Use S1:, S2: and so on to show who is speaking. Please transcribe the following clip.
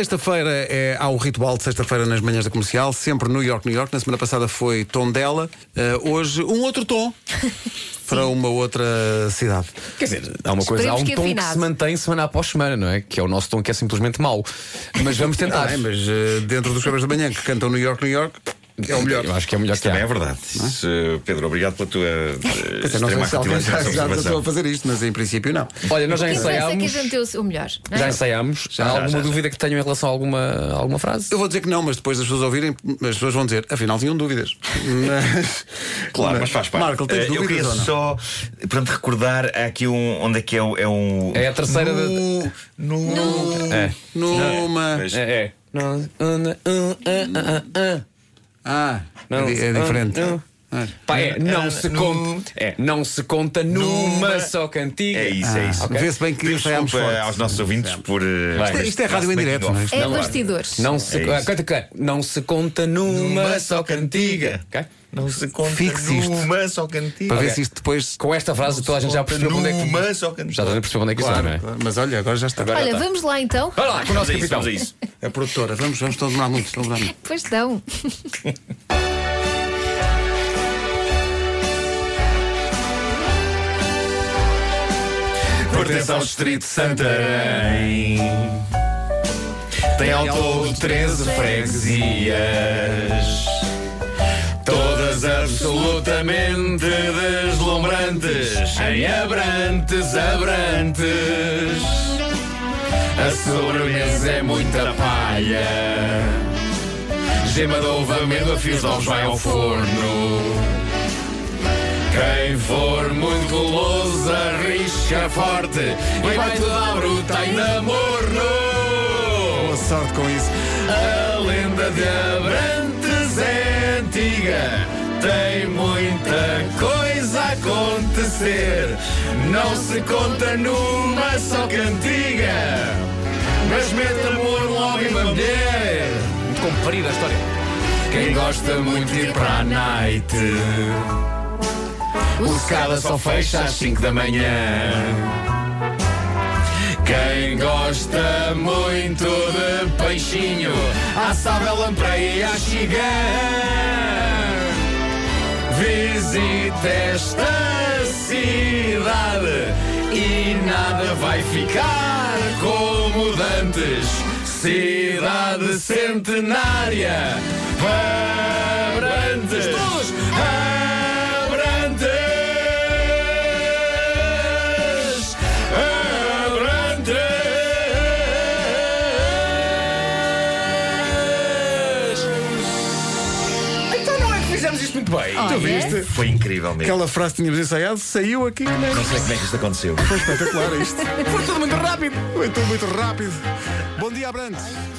S1: Sexta-feira é, há o ritual de sexta-feira nas manhãs da comercial, sempre New York, New York. Na semana passada foi Tondela, eh, hoje um outro tom para uma outra cidade.
S2: Quer dizer, há uma coisa, há um
S3: Esperemos que
S2: tom que
S3: afinado.
S2: se mantém semana após semana, não é? Que é o nosso tom que é simplesmente mau. Mas vamos
S1: Ah,
S2: tentar.
S1: bem, mas eh, dentro dos caras da manhã que cantam New York, New York, é o melhor.
S2: Eu acho que é o melhor
S4: Isto
S2: que há.
S4: também é verdade. Isso, Pedro, obrigado pela tua. eh,
S1: Quer dizer, não sei
S4: extrema
S1: se é alguém
S4: acutilância
S1: já,
S4: nessa
S1: já tentou
S4: observação.
S1: fazer isto, mas em princípio não.
S2: Olha, nós já
S3: Quem pensa que a
S2: ensaiámos.
S3: gente deu o melhor? não é?
S2: Já ensaiámos.
S4: já,
S2: há alguma
S4: já, já.
S2: dúvida que tenham em relação a alguma, a alguma frase?
S1: Eu vou dizer que não, mas depois das pessoas ouvirem, as pessoas vão dizer, afinal tinham dúvidas. Mas,
S4: Claro, mas faz parte.
S1: Marco, tens
S4: Eh, Eu queria
S1: dúvidas ou não?
S4: só, portanto, recordar há aqui um, onde é que é o. É, um...
S2: É a terceira da-
S4: No. no...
S2: É.
S1: Numa.
S4: Mas-
S2: É. é.
S1: Ah, é di- é diferente. Ah.
S2: Pá, é, não se conta. É, não se conta numa só cantiga.
S1: Ah,
S4: É isso, é isso.
S2: ok.
S1: Vê-se bem que
S4: Pedimos
S1: ensaiámos
S4: Desculpa
S1: forte.
S4: aos nossos ouvintes por. eh,
S2: Vai.
S4: por este
S1: Isto é rádio
S4: nosso
S1: em direto, não é?
S4: making-of.
S3: É
S2: Não há.
S3: bastidores.
S2: Não se,
S4: É isso.
S2: ah, canta, canta. não se conta numa,
S4: Uma
S2: só cantiga. Ok?
S4: Não se conta
S1: Fixe isto.
S4: numa só cantiga.
S1: Para ver
S2: Ok.
S1: se isto depois.
S2: Com esta frase toda a gente já percebeu onde é que.
S4: Numa só cantiga.
S2: Já toda a gente percebeu onde é que isso é, não é?
S1: Mas olha, agora já está.
S3: Olha, vamos lá então.
S2: Vai lá, com o
S4: Vamos
S2: nosso
S4: a isso,
S2: capitão.
S4: vamos a isso.
S1: A produtora, vamos, vamos, estão a demorar muito. Estão a demorar muito.
S3: Pois não.
S4: Pertence ao distrito de Santarém. Tem ao todo 13 freguesias. Todas absolutamente deslumbrantes, em abrantes, abrantes. A sobremesa é muita palha. Gema de ovo, amêndoa, fios de ovos, vai ao forno. Quem for muito guloso arrisca forte e vai toda a bruta ainda morno.
S1: Boa sorte com isso.
S4: A lenda de Abrantes é antiga, tem muita coisa a acontecer. Não se conta numa só cantiga, mas mete amor logo em uma mulher.
S2: Muito comprida a história.
S4: Quem gosta muito de ir para a night O secada só fecha às 5 da manhã Quem gosta muito de peixinho À sábado, lampreia e à chigã Visita esta cidade e nada vai ficar como dantes. Cidade centenária, Abrantes, Abrantes, Abrantes. Então não é que fizemos isto muito bem.
S3: Olha,
S4: Foi incrível mesmo.
S1: Aquela frase que tínhamos ensaiado saiu aqui, né?
S4: Não sei como é que isto aconteceu.
S1: Espetacular isto. Foi tudo muito rápido. Foi tudo muito rápido. Bom dia, Abrantes.